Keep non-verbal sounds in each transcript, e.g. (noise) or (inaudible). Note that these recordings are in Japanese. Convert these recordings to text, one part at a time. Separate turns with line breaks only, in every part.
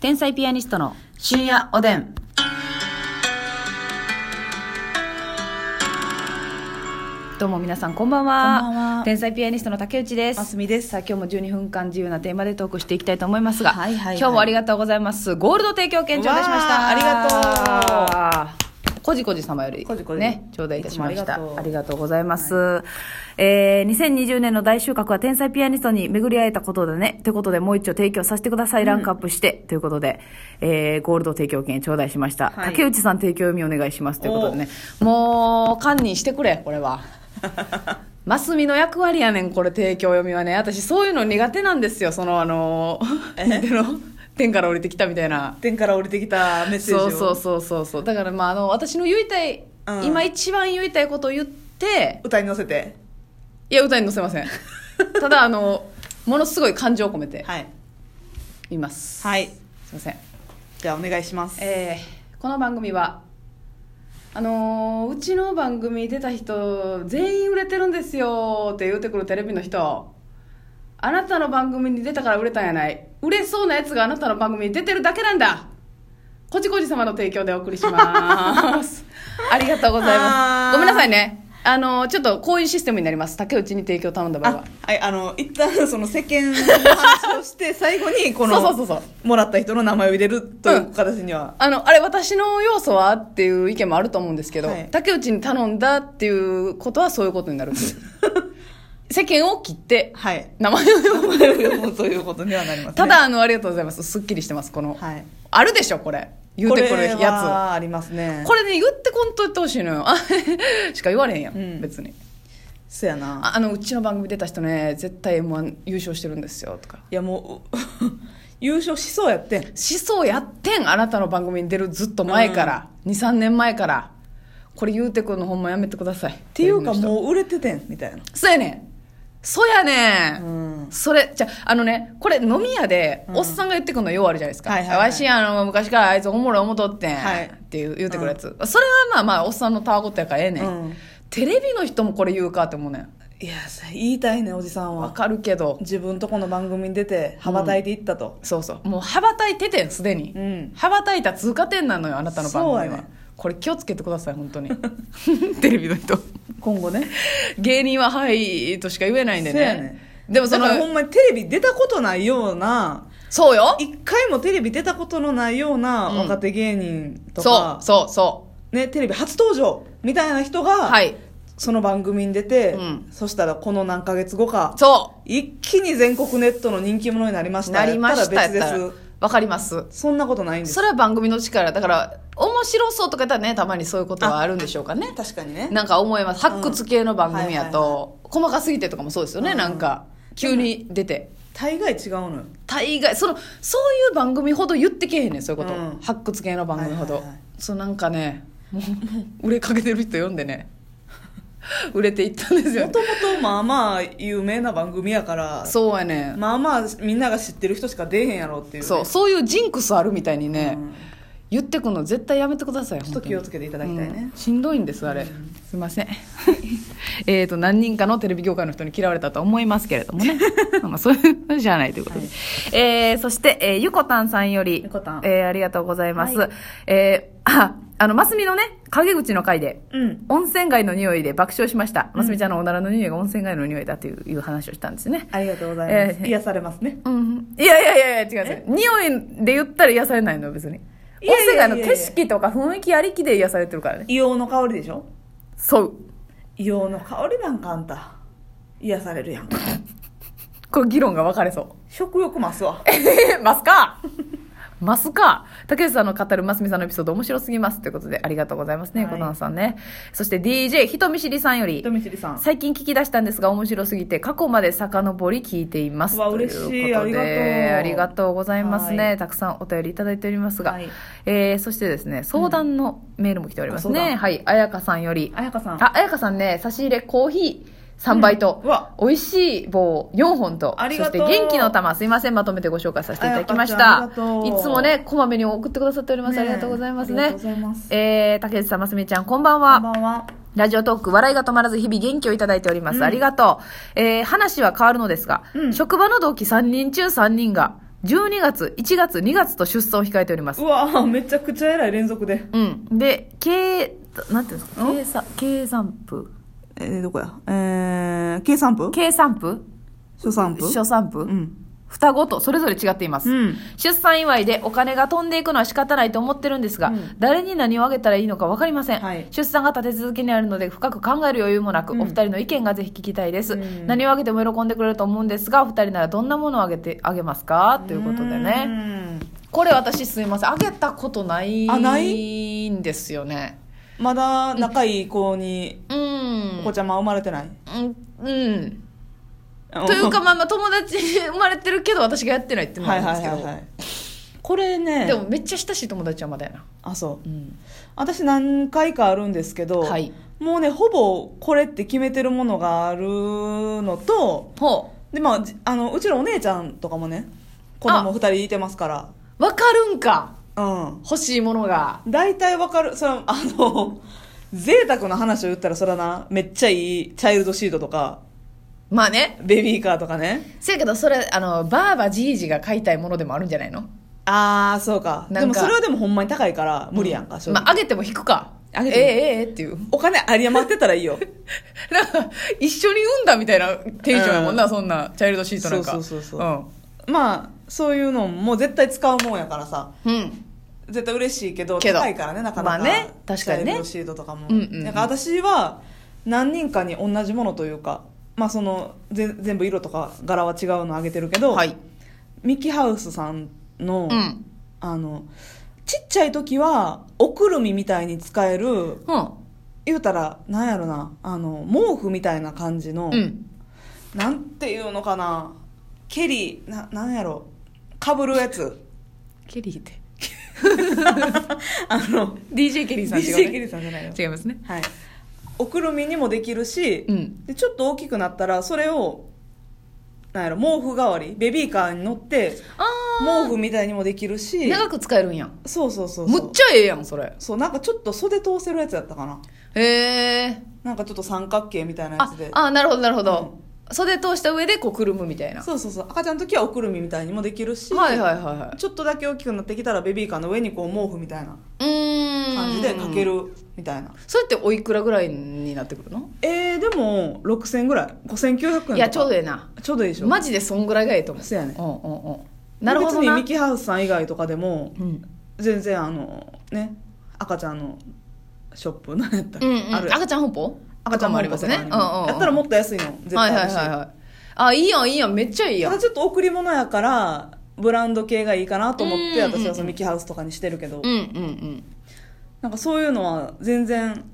天才ピアニストの
深夜おでん。
どうも皆さんこんばんは
こんばんは
天才ピアニストの竹内です
ますみです
さあ今日も12分間自由なテーマでトークしていきたいと思いますが、
はいはいはい
今日もありがとうございますゴールド提供券頂戴しまし
わ
た
ああ
りがとうこじこじ様より
こじこじ
ね頂戴いたしました
いつもありがとう
ありがとうございます、えー2020年の大収穫は天才ピアニストに巡り会えたことだねってことでもう一丁提供させてください、ランクアップしてということで、えーゴールド提供券頂戴しました、
はい
竹内さん提供読みお願いしますということでねもう堪忍してくれこれ
(laughs)
はマスミの役割やねんこれ提供読みはね私そういうの苦手なんですよそのあの
え
なんていうの天から降りてきたみたいな
天から降りてきたメッセージ
そ
を。
うそうそうそうそうだからまああの私の言いたい、
うん
今一番言いたいことを言って
歌に乗せて。
いや歌に載せま
(laughs)
せんただあのものすごい感情を込めて
はい。
います、
はい。
すいません
じゃあお願いします。
えーこの番組はあのーうちの番組出た人全員売れてるんですよって言うてくるテレビの人あなたの番組に出たから売れたんやない売れそうなやつがあなたの番組に出てるだけなんだこちこち様の提供でお送りします (laughs) ありがとうございま
あー
すごめんなさいねあのーちょっとこういうシステムになります竹内に提供頼んだ場合
あ
は、
はい、あの、一旦 (laughs) その世間の話をして、最後にこの、
(laughs) そうそうそうそう
もらった人の名前を入れるという形には。
あの、あれ、私の要素はっていう意見もあると思うんですけど、
はい
竹内に頼んだっていうことはそういうことにな
(laughs)
るっていう世間を切って、
はい。
名前を
名前を読むということにはなります、ね。
た、だ、あの、ありがとうございます。すっきりしてます、この。
はい。
あるでしょ、これ。言うてくる
これ
や
はありますね
つ。。これね、言ってこんと言ってほしいのよ。 (laughs) あしか言われへんやん、
うん
別に。
そやな。
ああの、うちの番組出た人ね、絶対 M1 優勝してるんですよ、とか。
いやもう、 (laughs) 優勝しそうやってん。
思想やってんあなたの番組に出るずっと前から、23年前からこれ言うてくんのほんまやめてくださいって
いうか
う
もう売れててん、みたいな。
そうやねんそうやねん、
うん
それじゃあのねこれ飲み屋で、
うん
おっさんが言ってくんのようあるじゃないですか、
はいはいはい
わしあの昔からあいつおもろい思とってん、
はい
っていう言うてくるやつ、それはまあまあおっさんのたわごとやからええねん、
うん
テレビの人もこれ言うかって思うねん
いや、言いたいね、おじさん
わ
は。
かるけど
自分とこの番組に出て、羽ばたいていったと。
そうそうもう羽ばたいててんすでに、
うん
羽ばたいた通過点なのよあなたの番組は、
そうやね
これ気をつけてください本当に (laughs) テレビの人
今後ね。
芸人は「はい」としか言えないんで
そうや
ね
ね
でもその
だからほんまにテレビ出たことないような、
そうよ
一回もテレビ出たことのないような
うん
若手芸人と
そ
か
う、そうそ
ね、テレビ初登場みたいな人が、
うはい
その番組に出て、
うん
そしたらこの何ヶ月後か、
そ
一気に全国ネットの人気者になりまし
う
た。
なりました
や
や
っ
ったたら
ら別で
わかります
す。そんなことないんです
そ。れは番組の力だから面白そうとか言ったらねたまにそういうことはあるんでしょうかね
確かにね。
なんか思います発掘系の番組や
はいは
と、細かすぎてとかもそうですよね、
うん
なんか急に出て
大概違うのよ。
大概そのそういう番組ほど言ってけえへんねんそういうこと、
うん
発掘系の番組ほど、
はいはいはい
そうなんかねもう売れかけてる人読んでね売れていったんですよ
も
ね
ともとまあまあ有名な番組やから、
そうやねん、
まあまあみんなが知ってる人しか出えへんやろっていうね、
そうそういうジンクスあるみたいにね、
うん
言ってくの絶対やめてください
ちょっと気をつけていた
い
だきたいね、
しんどいんですあれ、すいません (laughs) えっと何人かのテレビ業界の人に嫌われたと思いますけれども
(laughs)
ねまあまあそういうのじゃないということで、
はい
えーそして、えーゆこたんさんより
ゆこたん
えーありがとうございます、
はい
えーああのますみのね陰口の回で
うん
温泉街の匂いで爆笑しました、ますみちゃんのおならの匂いが温泉街の匂いだといういう話をしたんですね
ありがとうございます、
えー
癒されますね
うん、いやいやいやいや違うんですよ匂いで言ったら癒されないのよ別に
いや
音
いやい
声
や
が
いや
の景色とか雰囲気ありきで癒されてるからね
硫黄の香りでしょ
そう
硫黄の香りなんかあんた癒されるやんか
これ議論が分かれそう
食欲増すわ
えます (laughs) かますか竹内さんの語るますみさんのエピソード面白すぎますということでありがとうございますね、
はい
横田さんねそして DJ 人見知りさんより
人見知りさん
最近聞き出したんですが面白すぎて過去まで遡り聞いています
うわ
と
嬉しい
いうことで
あ
あ
り
り
が
が
と
とうございます
は
ねたくさんお便りいただいておりますが、
はい
えーそしてですね相談のメールも来ております
あ
ね、
相談
はい彩香さんより
彩香さん
あ彩香さんね差し入れコーヒー3倍と、
うんうわ
美味しい棒4本と
あり
そ
が
して
とう
元気の玉すいませんまとめてご紹介させていただきまし
彩香ちゃんあ
た
りがとう
いつもねこまめに送ってくださっております、
ねえ
ありがとうございます
あ
ね
りがとうございます
えー竹内さんますみちゃんこんばん
こ
は
んばんは
ラジオトーク、笑いが止まらず日々元気をいただいております。ありがとう。えー話は変わるのですが、
うん
職場の同期3人中3人が、 12月、1月、2月と出産を控えております
う。わめちゃくちゃ偉い連続で
うん。で、経、なんていうんですか計算、計算部
えー、どこやえー、計算部
計算部
初算部
初産部、
うん
双子とそれぞれ違っています、
うん
出産祝いでお金が飛んでいくのは仕方ないと思ってるんですが、
うん
誰に何をあげたらいいのか分かりません、
はい
出産が立て続けにあるので深く考える余裕もなく、
うん
お二人の意見がぜひ聞きたいです、
うん
何をあげても喜んでくれると思うんですがお二人ならどんなものをあげてあげますかということで
う
ね
ん
これ私すいませんあげたことない
あなん
ですよね
まだ仲いい子に
う
お
ん
子ちゃま生まれてない、
うん、うん、
と
(laughs) というかまあまあ友達に生まれてるけど私がやってないっていうのは
は
あ
い
るんで
は
す
い
けど、
はいはいこれね
でもめっちゃ親しい友達はまだやな、
あそう私何回かあるんですけど、
はい
もうねほぼこれって決めてるものがあるのと
ほ
でまあじあのうちのお姉ちゃんとかもね子供2人いてますか
うわかるんから
うん
欲しいものが
大体わかるそれあの贅沢な話を言ったらそらなめっちゃいいチャイルドシートとか
まあね
ベビーカーとかね
せやけどそれあのばあばじいじが買いたいものでもあるんじゃないの
ああそうか
なんか
でもそれはでもほんまに高いから無理やんか、正直
まああげても引くか
あげても
ええええええっていう
お金あり余ってたらいいよ
なんか一緒に産んだみたいなテンションやもんな、
う
そんなチャイルドシートなんか
そうそうそう
う
そまあそういうのも絶対使うもんやからさ
ん、うん、
絶対嬉しいけど
けど
高いからねなかなか、
まあね確かにね
チャイルドシートとかも、
うんうんうん
なんか私は何人かに同じものというかまあそのぜ全部色とか柄は違うのあげてるけど、
はい
ミキハウスさんの、
うん
あのちっちゃい時はおくるみみたいに使える
うん
言うたらなんやろなあの毛布みたいな感じの、
うん
なんていうのかなケリーななんやろかぶるやつ
ケリーって
あの
DJ ケリーさん違
DJ
う、
ケリ
ね、
ーさんじゃないよ
違いますね
はい、おくるみにもできるし、
うん
でちょっと大きくなったらそれをなんやろ毛布代わりベビーカーに乗って
あ
毛布みたいにもできるし
長く使えるんやん
そうそうそうそ
むっ
う
ちゃええやんそれ
そうなんかちょっと袖通せるやつやったかな
へえ
なんかちょっと三角形みたいなや
あ
つで
あなるほどなるほど、袖通した上でこうくるむみたいな
そうそうそう赤ちゃんの時はおくるみみたいにもできるし、
はいはいはいはい
ちょっとだけ大きくなってきたらベビーカーの上にこう毛布みたいな
うーん
感じでかけるみたいな、
それっておいくらぐらいになってくるの
えー、でも6000ぐらい5900円とか
いやちょうどええな
ちょうどいいでしょ
マジでそんぐらいがええと思う
そうやね
うんうんうんなるほど
別
な
にミキハウスさん以外とかでも
うん
全然あのね赤ちゃんのショップ何やったっ
う
け、
んうん
ある
赤ちゃん本舗
赤ちゃん
も
も
あ
あ
り
り
ま
ますす
ね
ね
うんうんうん
やったらもっと安いの絶
は
対
いは
あ
い
るし
はいはいあいいやんいいやんめっちゃいいや
た
ん
だちょっと贈り物やからブランド系がいいかなと思っ
うん
て
うんうん
私はそのミキハウスとかにしてるけど、
うんうんうん
なんかそういうのは全然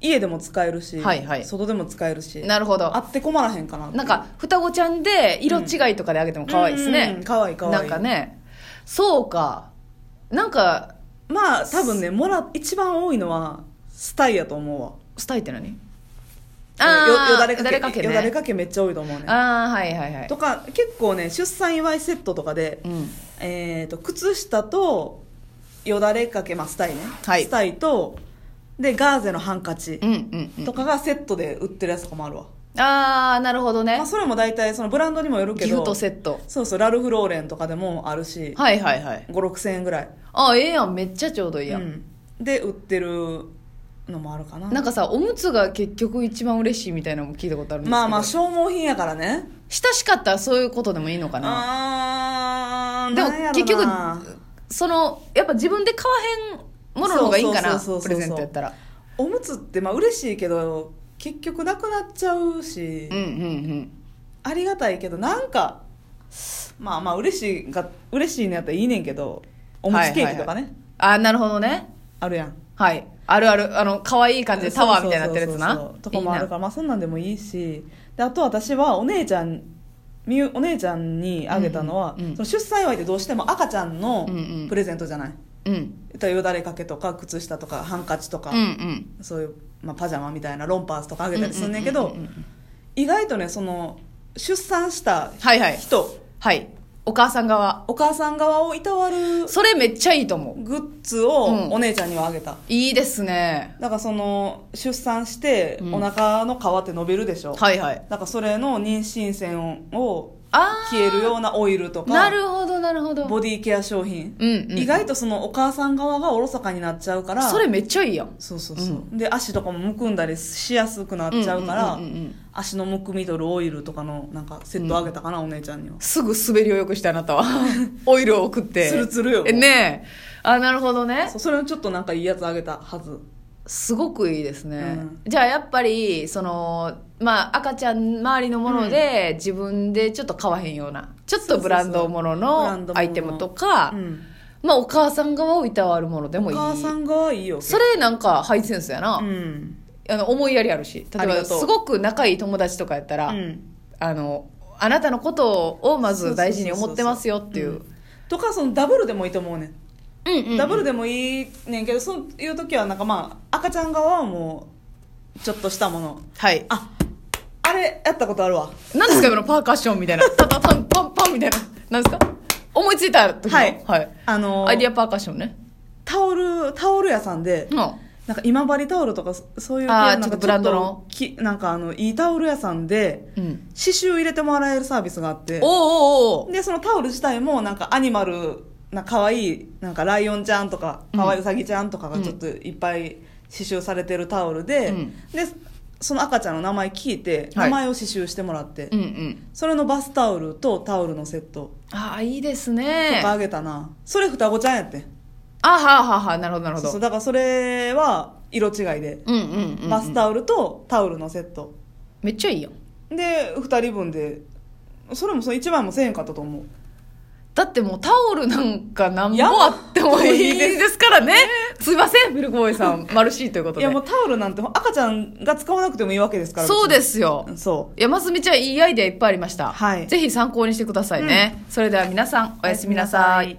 家でも使えるし、
はいはい
外でも使えるし
なるほど
あって困らへんかなって
なんか双子ちゃんで色違いとかであげても可愛いですね、
かわいいかわい
な
い
んかねそうかなんか
まあ多分ねもら一番多いのはスタイやと思うわ
スタイって何
よよだれ
よだれ
か
か
け
け
よだれ
ね
かけめっちゃ多いと思うね
ああはいはいはい
とか結構ね出産祝いセットとかで、
うん
えー、と靴下とよだれかけ、まあ、スタイね、
はい
スタイとでガーゼのハンカチ
うんうんうん
とかがセットで売ってるやつとかもあるわ、
ああなるほどね
まあ、それも大体そのブランドにもよるけ
ギ
ど
フトセット
そうそうラルフ・ローレンとかでもあるし、
はいはいはい
5 6千円ぐらい、
ああええやんめっちゃちょうどいいや、
うんんで売ってるのもあるかな
なんかさおむつが結局一番嬉しいみたいなのも聞いたことあるんですけど
まあまあ
親
消耗品やからね
しかったらそういうことでもいいのかな
あー
でも
なんやろな
結局そのやっぱ自分で買わへんものの方がいいんかな
そう
プ
そうそうそうそう
レゼントやったら
おむつってまあ嬉しいけど結局なくなっちゃうし、
うんうんうん
ありがたいけどなんかまあまあ嬉しいが嬉しいのやったらいいねんけどおむつケーキとかね、
ああなるほどね
あるやん
はいあるあるあの可愛い感じでタワーみたいになってるやつ
そうそうそう
な
そうとかもあるからまあそんなんでもいいしであと私はお姉ちゃんみゆお姉ちゃんにあげたのは、
うんうん
その出産祝いってどうしても赤ちゃんの
うんうん
プレゼントじゃない、
いいなうん
言ったらよだれかけとか靴下とかハンカチとか、
うんうん
そういう、まあ、パジャマみたいなロンパースとかあげたりすんねんけ
う
ど
ううんうん
意外とねその出産した
はいはい
人
はいお母さん側
お母さん側をいたわる
それめっちゃいいと思う
グッズ
うん
をお姉ちゃんにはあげた、
いいですね
だからその出産して
うん
お腹の皮って伸びるでしょ、
はいはい
だからそれの妊娠線を
あ
消えるようなオイルと
あな
か
るほどなるほど
ボディケア商品、
うん、うん、
意外とそのお母さん側がおろそかになっちゃうから
それめっちゃいいやん
そうそうそう、で足とかもむくんだりしやすくなっちゃうから、
んんんうん
足のむくみ取るオイルとかのなんかセットあげたかな、お姉ちゃんには
すぐ滑りをよくしてあなたは (laughs) オイルを送って
ツルツルよ
えねえあなるほどね
そうそれをちょっとなんかいいやつあげたはず
すごくいいですね、
うん
じゃあやっぱりそのまあ赤ちゃん周りのもので、自分でちょっと買わへんようなちょっとブランドもの
そうそうそうブランド
の
もの
アイテムとか
うん
まあお母さん側をいたわるもので
お
もいい
母さん側いいよ
それなんかハイセンスやな、
うん
あの思いやりあるし例
あ
え
り
ば
がとう
すごく仲いい友達とかやったら、
うん
あのあなたのことをまず大事に思ってますよっていう
とかそのダブルでもいいと思うねん
うんうんうん
ダブルでもいいねんけどそういう時はなんかまあ赤ちゃん側はもうちょっとしたもの
はい
ああれやったことあるわ
何ですか今のパーカッションみたいなタタタンパンパンみたいな何ですか思いついた時の
はい
はい、
あのー
アイディアパーカッションね
タオルタオル屋さんで
うん
なんか今治タオルとかそそういう系
あー
なん
ち
か
ょっとブランドの
ちょっときなんかあのいいタオル屋さんで
うん
刺繍入れてもらえるサービスがあって
おうおうおう
でそのタオル自体もなんかアニマルな可愛いなんかライオンちゃんとか可愛いウサギちゃんとかがちょっといっぱい刺繍されてるタオルで、
うん
でその赤ちゃんの名前聞いて
はい
名前を刺繍してもらって、
うんうん
それのバスタオルとタオルのセット
ああいいです
と
ね
かあげたな、それ双子ちゃんやって
あはあはあはあなるほどなるほ
そう
ど
そうだからそれは色違いで、
うんうんうん
バスタオルとタオルのセット
めっちゃいいやん
で2人分でそれもその1枚もせえへんかったと思う
だってもうタオルなんか何もあってもいい
いや
ですからねすいませんミルクボーイさんマルシーということ
い
で
やもうタオルなんて赤ちゃんが使わなくてもいいわけですから
そうですすよ
そう
いやますみちゃんいいアイデアいっぱいありました、
はい
ぜひ参考にしてくださいね、それでは皆さんおやすみなさい